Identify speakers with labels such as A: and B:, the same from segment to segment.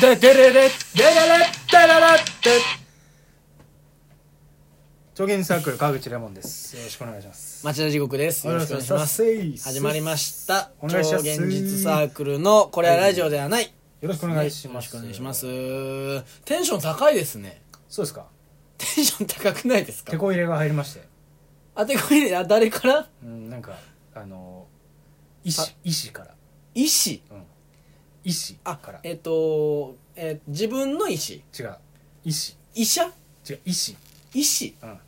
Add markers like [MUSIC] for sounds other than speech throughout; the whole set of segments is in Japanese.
A: ででれれでれれでれれって超限サークル川口レモンですよろしくお願いします
B: 町田地獄です。よろしくお願いします。
A: お願いします
B: 始まりました。
A: お
B: 超
A: 願いします
B: 現実サークルの、これはラジオではない。
A: よろしくお願いし
B: よ
A: ま
B: ろし
A: す
B: くお願いします。テンション高いですね。
A: そうですか
B: テンション高くないです
A: 手
B: か
A: こ入れが入りまして
B: あてこいで、あ、誰から
A: うんなんかあの医
B: あ
A: 師医師から
B: 医師。
A: 医師
B: あ
A: から、
B: えっと、え自分の医師。
A: 違う医師
B: 医者
A: 違う医師
B: 医師。
A: うん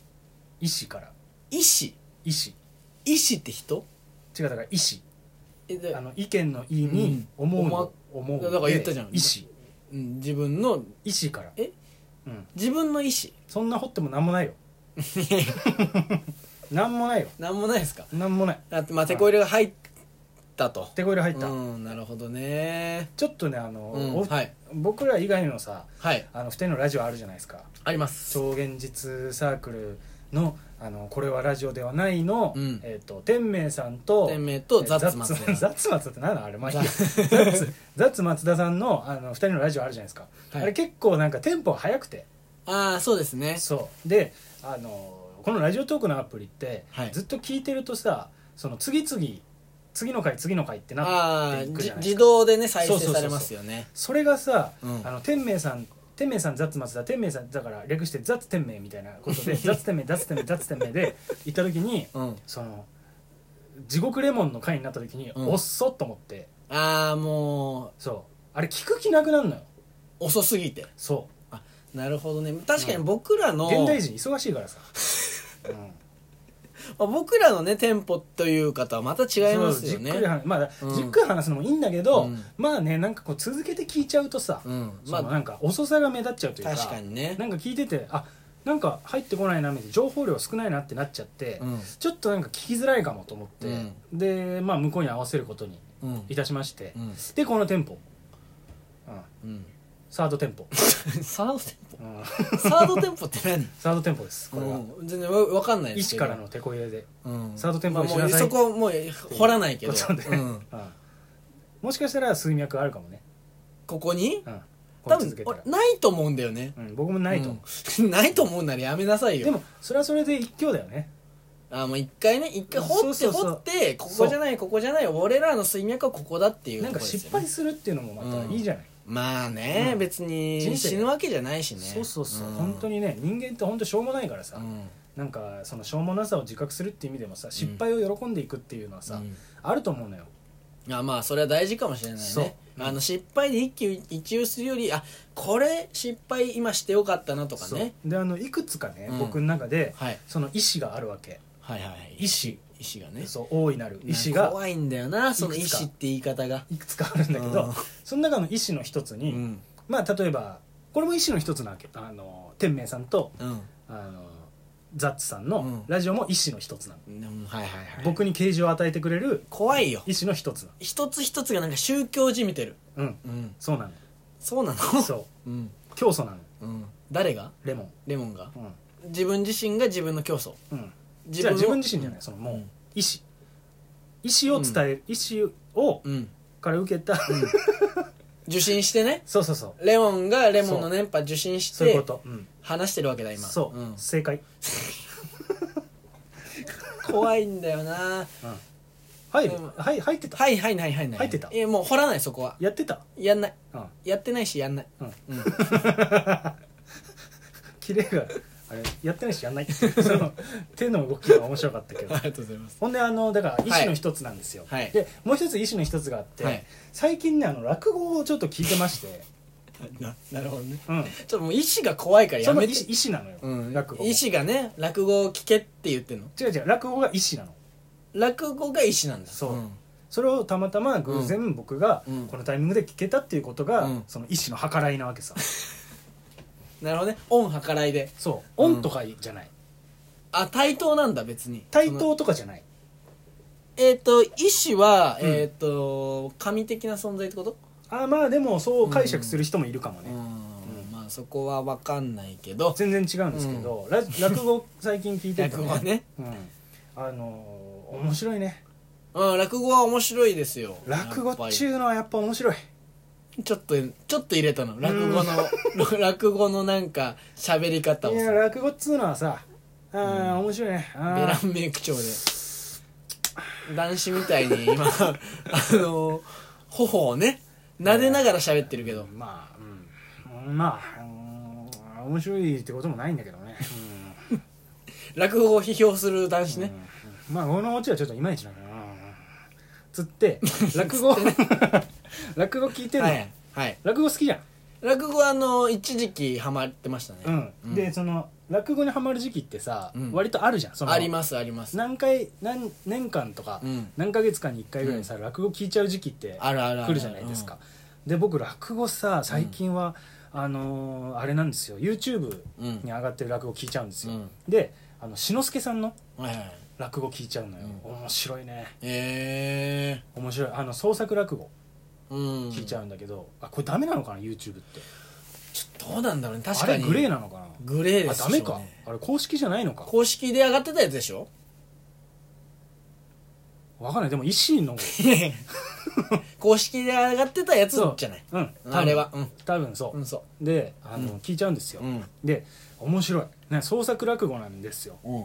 A: 医師から
B: 医師。
A: 医師
B: 医師って人
A: 違うだから医師
B: えで
A: あの意見の意に思うの、思う
B: だから言ったじゃん
A: 医師
B: うん自分の、
A: 医師から
B: え
A: うん
B: 自分の医師。
A: そんな掘ってもなんも
B: [LAUGHS]
A: ないよなんもないよ
B: なんもないですか
A: なんもない
B: だって、まあ、てこ入れが入ったと。
A: 手こ入れ入った、
B: うん、なるほどね。
A: ちょっとねあの、
B: うん
A: お
B: はい
A: 僕ら以外のさ
B: はい。
A: あの2人のラジオあるじゃないですか
B: あります。
A: 超現実サークルの「あのこれはラジオではないの」
B: うん
A: えっと天明さんと
B: 天明と
A: え
B: ザッツ松田
A: ザッツ [LAUGHS] 松田って何なのあれまあいいやザッツザッツ松田さんのあの2人のラジオあるじゃないですか、
B: はい
A: あれ結構なんかテンポが速くて
B: ああ、そうですね。
A: そうであのこのラジオトークのアプリって、
B: はい
A: ずっと聞いてるとさその次々次の回次の回ってなっ
B: あ
A: て
B: あ
A: いくじ
B: じ
A: ゃないです
B: 自
A: か
B: 動でね再
A: そうそうそ
B: 生
A: う
B: されますよね
A: それがさ、
B: うん
A: あの天明さん天明さんザッツ松田天明さんだから略してザッツ天明みたいなこと
B: [LAUGHS]
A: でザッツ天明ザッツ天明ザッツ天明で行った時に
B: うん
A: その地獄レモンの回になった時に、
B: うん
A: おっそっと思って
B: ああも
A: そうあれ聞く気なくなるのよ
B: う遅すぎて
A: そ
B: なるほどね確かに僕ら
A: う
B: の、
A: 現代人忙しい
B: [LAUGHS]
A: からさ、うん
B: まあ僕らのねテンポというかとはまた違います
A: そ
B: よね
A: うじっくり話まあ、
B: うん
A: じっくり話すのもいいんだけど、
B: うん
A: まあねなんかこう続けて聞いちゃうとさ、
B: うん
A: そ
B: ま
A: の
B: あ
A: なんか遅さが目立っちゃうというか
B: 確かにね
A: なんか聞いててあなんか入ってこないなみたいな情報量少ないなってなっちゃって、
B: うん
A: ちょっとなんか聞きづらいかもと思って、でまあ向こうに合わせることに
B: うん
A: いたしまして、
B: うん
A: でこのテンポ、うん、
B: うん
A: サードテンポ、
B: サードテン
A: うん [LAUGHS]
B: ポサードテンポって何
A: サードテンポです [LAUGHS] これは、
B: うん全然わわかんない
A: 医
B: です
A: 師
B: けど
A: からの手こ入れで、
B: うん
A: サードテンポにし
B: まあも
A: な
B: う
A: さい
B: そこはもう掘らないけど
A: そうね
B: うん
A: うんもしかしたら水脈あるかもね、
B: ここに
A: うん、こ
B: 多
A: れ続
B: 分
A: けたら
B: 俺、ないと思うんだよね
A: うん、僕もないと思う、
B: うん [LAUGHS] ないと思うならやめなさいよ
A: でもそれはそれで一挙だよね
B: あもう一回ね一回掘って
A: そうそうそ
B: 掘
A: う
B: ってここじゃないここじゃない俺らの水脈はここだっていう
A: なんか
B: とこです
A: 失
B: よね
A: 敗するっていうのもまたいいじゃない、
B: まあね、
A: うん
B: 別に
A: 人生
B: 死ぬわけじゃないしね
A: そうそうそう、
B: ん
A: 本当にね人間って本当しょうもないからさ、
B: うん
A: なんかそのしょうもなさを自覚するっていう意味でもさ失敗を喜んでいくっていうのはさ、
B: うん
A: あると思うのよ
B: いやまあそれは大事かもしれない
A: そう
B: ね、あの失敗で一喜一憂するよりあこれ失敗今してよかったなとか
A: そう
B: ね
A: であのいくつかね、
B: うん
A: 僕の中で、
B: はい
A: その意思があるわけ
B: はいはいはい
A: 意思
B: 意思がね
A: そう大いなる意思
B: なんか
A: が
B: 怖いんだよない
A: くつ
B: そ
A: か
B: の意思って言い方が
A: いくつかあるんだけど、
B: うん
A: その中の意思の一つ
B: う
A: に、
B: ん
A: まあ例えばこれも意思の一つなわけあの天明さんと
B: うん
A: あのザッツさん
B: う
A: の
B: ん
A: ラジオも意思の一つなの、
B: うんはいはいはい
A: 僕に啓示を与えてくれる
B: 怖いよ
A: 意思の一つな
B: 一つ一つがなんか宗教じみてる
A: のうん
B: うん
A: そうな
B: そうなの
A: のそう
B: うん
A: 教祖なの
B: うん誰が
A: レモン
B: レモンが
A: うん、
B: 自分自身が自分の教祖
A: うん、
B: 自
A: じゃあ自分自身じゃ
B: ない
A: ないそのもう
B: うん
A: 意思意思を伝える、意思を
B: うん
A: から受けた、
B: 受信してね
A: [LAUGHS] そうそうそう
B: レモンがレモンの電波受信し
A: そういう
B: て
A: こと、うん、
B: 話してるわけだ今
A: そう、
B: ん
A: 正解、
B: 怖いんだよな
A: うん、入る、
B: うん
A: はい入ってた、
B: はいはいはいはい
A: 入ってた
B: いやもう掘らないそこは
A: やってた、
B: やんない
A: うん、
B: やってないしやんない
A: うん
B: [LAUGHS] うん
A: キレがあれやってないしやんない [LAUGHS] その手の動きが面白かったけど
B: ありがとうございます
A: ほんであのだから意思の一つなんですよ、
B: はい
A: でもう一つ意思の一つがあって、
B: はい
A: 最近ねあの落語をちょっと聞いてまして、
B: ななるほどね
A: うん、
B: ちょっともう意志が怖いから
A: そ
B: や
A: の
B: め
A: 意
B: て
A: 思意思なのよ、
B: うん
A: 落語
B: 意志がね落語を聞けって言ってんの
A: 違う違う落語が意思なの
B: 落語が意志なんだ
A: そうんそれをたまたま偶然僕が
B: うん
A: このタイミングで聞けたっていうことが、
B: うん
A: その意思の計らいなわけさ
B: なるほどね恩計らいで
A: そう
B: うん
A: 恩とかじゃない
B: あ対等なんだ別に
A: 対
B: その
A: 等とかじゃない
B: えっ、と意志は、
A: うん
B: えっ、と神的な存在ってこと
A: あーまあでもそう解釈する人もいるかもね、
B: うんまあそこは分かんないけど
A: 全然違うんですけど、ラ落語最近聞いてて、
B: 落語はね、
A: うん、あのー面白いね
B: うん、落語は面白いですよ
A: 落
B: やっぱ
A: 語
B: り
A: 中のはやっぱ面白い
B: ちょっとちょっと入れたの落語の [LAUGHS] 落語のなんか喋り方を
A: い
B: さ
A: や
B: ベ
A: 落語っつうのはさあー、面白いねあー
B: ランメイク調で男子みた
A: [LAUGHS]
B: いに今あの頬をね撫でながら喋ってるけど
A: まあ、うん、まあ、うん面白いってこともないんだけどね、うん
B: 落語を批評する男子ね
A: うんまあこのオチはちょっといまいちなんだなつ
B: [LAUGHS]
A: って落語 [LAUGHS] 落語聞いてるの、
B: はいはい
A: 落語好きじゃん、
B: 落語はあの一時期ハマってましたね
A: うんでその落語にはまる時期ってさ、
B: うん
A: 割とあるじゃんその
B: ありますあります
A: 何回何年間とか、
B: うん
A: 何ヶ月間に1回ぐらいさ、落語聞いちゃう時期って
B: あるあるある
A: 来るじゃないですか、で僕落語さ最近は、あのーあれなんですよ YouTube
B: うんうん
A: に上がってる落語聞いちゃうんですよ、
B: うん
A: であの志の輔さんの
B: はいはい
A: 落語聞いちゃうのよ、面白いね
B: え
A: 面白いあの創作落語
B: えうん
A: 聞いちゃうんだけど、あこれダメなのかな YouTube って
B: どうなんだろうね確
A: あ
B: か
A: れ
B: に
A: グレーなのかな
B: グレーで
A: あ
B: す
A: ダメか、
B: そうね
A: あれ公式じゃないのか
B: 公式で上がってたやつでしょ
A: わかんないでも維新の
B: [LAUGHS] 公式で上がってたやつ
A: そう
B: じゃない
A: うん
B: あれはうん
A: 多分そうう、
B: んそ
A: であの、
B: うん
A: 聞いちゃうんですよ、
B: ううん
A: で面白い、ね、創作落語なんですよ
B: うん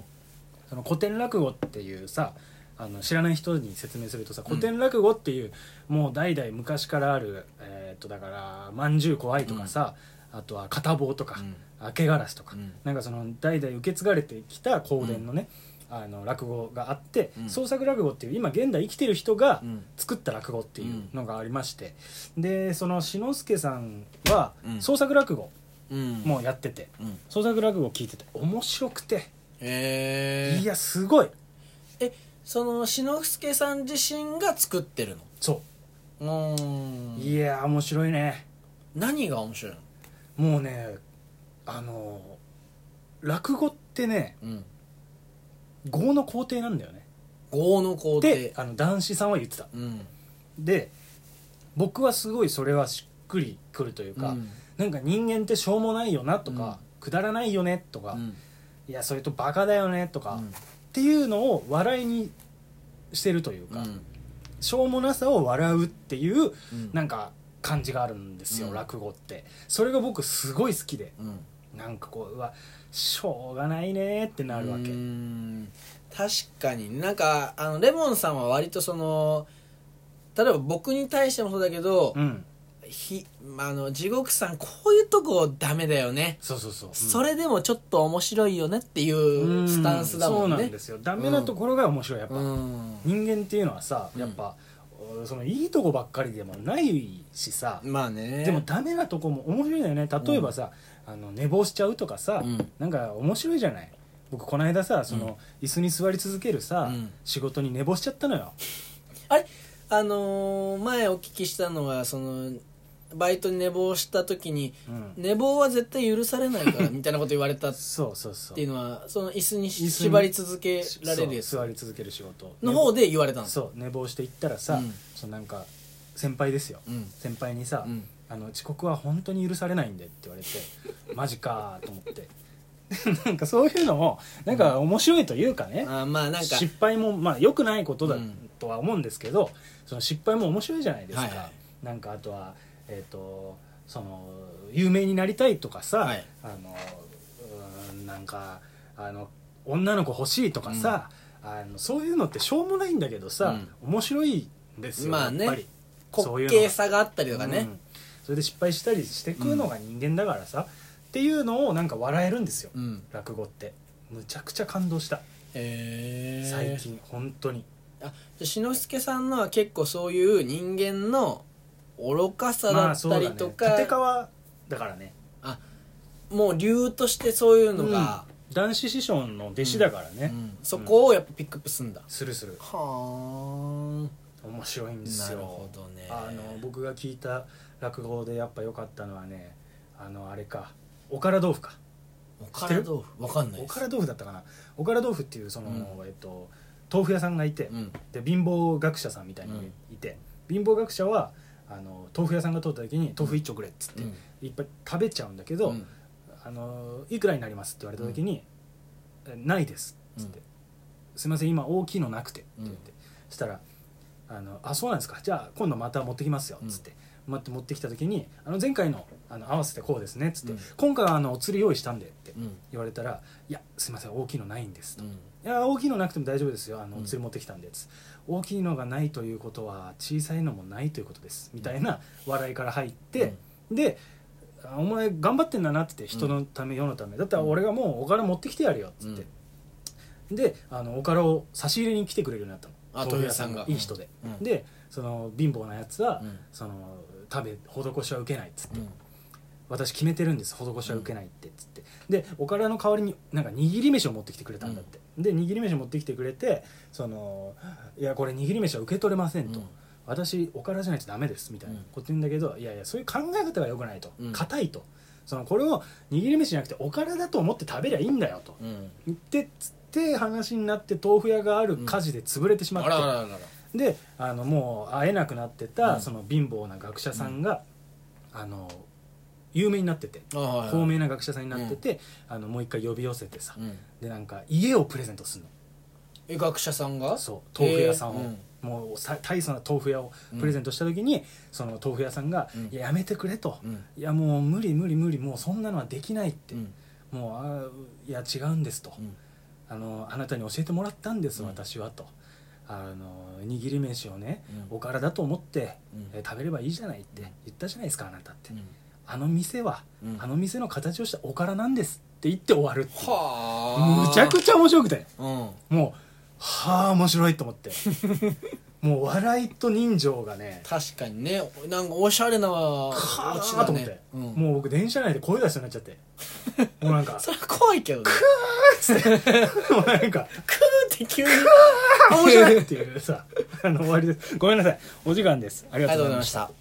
A: その古典落語っていうさあの知らない人に説明するとさ古典落語っていう、もう代々昔からあるえーっとだから「まんじゅう怖い」とかさ、あとは「片棒」とか「明けガラス」とか、
B: うん
A: なんかその代々受け継がれてきた香典のね、あの落語があって、
B: うん
A: 創作落語っていう今現代生きてる人が、
B: うん
A: 作った落語っていうのがありまして、でその志の輔さんは
B: うん
A: 創作落語
B: うん
A: もやってて、
B: うん
A: 創作落語聞いてて面白くて、
B: へ
A: い
B: え
A: やすごい
B: その志の輔さん自身が作ってる
A: そ
B: のう
A: う、
B: ん
A: いや面白いね
B: 何が面白いの
A: もうねあの落語ってね
B: うん
A: 語の工程なんだよね
B: 業の工程
A: であの男子さんは言ってた
B: うん
A: で僕はすごいそれはしっくりくるというか、
B: うん
A: なんか人間ってしょうもないよなとか、くだらないよねとか、
B: うん
A: いやそれとバカだよねとか、
B: うん
A: っていうのを笑いにしてるという
B: う
A: か、
B: ん
A: しょうもなさを笑うっていう
B: うん
A: なんか感じがあるんですよ、
B: うん
A: 落語ってそれが僕すごい好きで
B: うん
A: なんかこううわしょうがないねってなるわけ
B: うーん確かになんかあのレモンさんは割とその例えば僕に対してもそうだけど、
A: うん
B: ひあの地獄さんこういうとこダメだよね、
A: そうそうそう、うん
B: それでもちょっと面白いよねっていううんスタンスだもん
A: そうな
B: ね
A: んですよダメなところが面白いやっぱ、
B: うん
A: 人間っていうのはさやっぱ、そのいいとこばっかりでもないしさ、
B: まあね
A: でもダメなとこも面白いんだよね例えばさ、あの寝坊しちゃうとかさ、
B: うん
A: なんか面白いじゃない僕この間さその、椅子に座り続けるさ、
B: うん
A: 仕事に寝坊しちゃったのよ
B: あれあのー前お聞きしたのはそのバイトに寝坊した時に、
A: うん
B: 寝坊は絶対許されないからみたいなこと言われたっ
A: そうそう [LAUGHS] そう
B: っていうのはその椅子に
A: 椅子に
B: 縛り続けられるやつ
A: そう座り続ける仕事
B: の方で言われたの
A: そう寝坊して行ったらさ、
B: うん
A: そのなんか先輩ですよ
B: うん
A: 先輩にさ、
B: うん
A: あの遅刻は本当に許されないんでって [LAUGHS] 言われてマジかーと思って [LAUGHS] なんかそういうのもなんか面白いというかね、
B: あーまあなんか
A: 失敗もまあ良くないことだ
B: うん
A: とは思うんですけど、その失敗も面白いじゃないですか、
B: はいはい
A: なんかあとはえっ、とその有名になりたいとかさ、
B: はい
A: あのうーんなんかあの女の子欲しいとかさ、あのそういうのってしょうもないんだけどさ、面白いんですよ、
B: まあね
A: やっぱりそうい
B: 滑
A: うの
B: 稽
A: が
B: さがあったりとか
A: う
B: ね
A: んそれで失敗したりしてくのが人間だからさ、っていうのをなんか笑えるんですよ、
B: うん
A: 落語ってむちゃくちゃ感動した
B: へえ
A: 最近本当に
B: あじゃあ志の輔さんのは結構そういう人間の愚かさ
A: ま
B: だったりと
A: あそうだね、
B: か
A: 立川だからね
B: もう理由としてそういうのが
A: 男子師匠の弟子だからね、
B: うんそこをやっぱピックアップすんだ
A: するする
B: はーん
A: 面白いんです
B: な
A: よ
B: るほどね
A: あの僕が聞いた落語でやっぱ良かったのはねあのあれかおから豆腐か
B: おから豆腐わかんない
A: お
B: です
A: から豆腐だったかなおから豆腐っていうその、
B: う
A: えっと豆腐屋さんがいて、
B: うん
A: で貧乏学者さんみたいなのがいて、貧乏学者はあの豆腐屋さんが通った時に「豆腐一丁くれ」っつって、
B: うん
A: いっぱい食べちゃうんだけど、
B: うん
A: あのいくらになりますって言われた時に「えないです」っつって、
B: うん
A: すいません今大きいのなくて」って言っ
B: う
A: て、そしたら「あのあそうなんですかじゃあ今度また持ってきますよ」っつって、待って持ってきた時に「あの前回のあの合わせてこうですね」っつって、
B: うん
A: 今回はあのお釣り用意したんで」って
B: うん
A: 言われたら「いやすいません大きいのないんです」と
B: う。ん
A: いや大きいのなくても大丈夫ですよあの
B: うん
A: お釣り持ってきたんでつ大きいのがないということは小さいのもないということですみたいな笑いから入って、であお前頑張ってんだなって言って人のため、世のためだったら俺がもうおから持ってきてやるよっつって、であのおからを差し入れに来てくれるようになったの
B: あ豆腐屋さんが
A: いい人で、
B: うん
A: でその貧乏なやつは、
B: うん
A: その食べ施しは受けないっつって、
B: うん
A: 私決めてるんです施しは受けないってっつってでおからの代わりになんか握り飯を持ってきてくれたんだって、で握り飯を持ってきてくれてそのいやこれ握り飯は受け取れませんと、私おからじゃないとダメですみたいなこと言うんだけど、いやいやそういう考え方が良くないと
B: うん
A: 硬、いとそのこれを握り飯じゃなくておからだと思って食べりゃいいんだよと
B: うんうん
A: 言ってっつって話になって豆腐屋がある火事で潰れてしまっ
B: あ
A: て、
B: らあらあらあら
A: であのもう会えなくなってた、
B: うん
A: その貧乏な学者さんが、あの有名になってて
B: あはいはい
A: 高名な学者さんになってて、あのもう一回呼び寄せてさ、
B: うん
A: でなんか家をプレゼントする
B: え学者さん
A: の
B: が
A: そう豆腐屋さんを、
B: えーうん
A: もうさ大層な豆腐屋をプレゼントした時に、その豆腐屋さんが「
B: うん
A: いややめてくれ」と。
B: うん
A: いやもう無理無理無理もうそんなのはできないって、
B: うん
A: もうあーいや違うんですと、
B: うん
A: あのあなたに教えてもらったんです、
B: うん
A: 私はとあの握り飯をね、
B: うん
A: おからだと思って、
B: うん
A: えー食べればいいじゃないって言ったじゃないですかあなたって、
B: うん
A: あの店は、
B: うん
A: あの店の形をしたおからなんですって言って終わるっていう
B: はあ
A: むちゃく
B: ち
A: ちゃ面白くて
B: ゃうん
A: もうはあ面白いと思って [LAUGHS] もう笑いと人情がね
B: 確かにねなんかおしゃれなオ
A: は
B: チ
A: あ
B: だ
A: と思って
B: ね、うん
A: もう僕電車内で声出しそうになっちゃってもうなん
B: [LAUGHS]
A: か
B: それは怖いけどね
A: もうなんか
B: クーって急に
A: 面白いっていうさあの終わりですごめんなさいお時間ですあり
B: あり
A: が
B: が
A: と
B: と
A: う
B: う
A: ございま
B: ございま
A: し
B: したた